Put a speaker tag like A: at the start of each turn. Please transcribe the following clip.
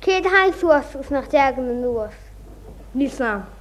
A: Ceir haith was os nach deag yn yn dŵas.
B: Nisam.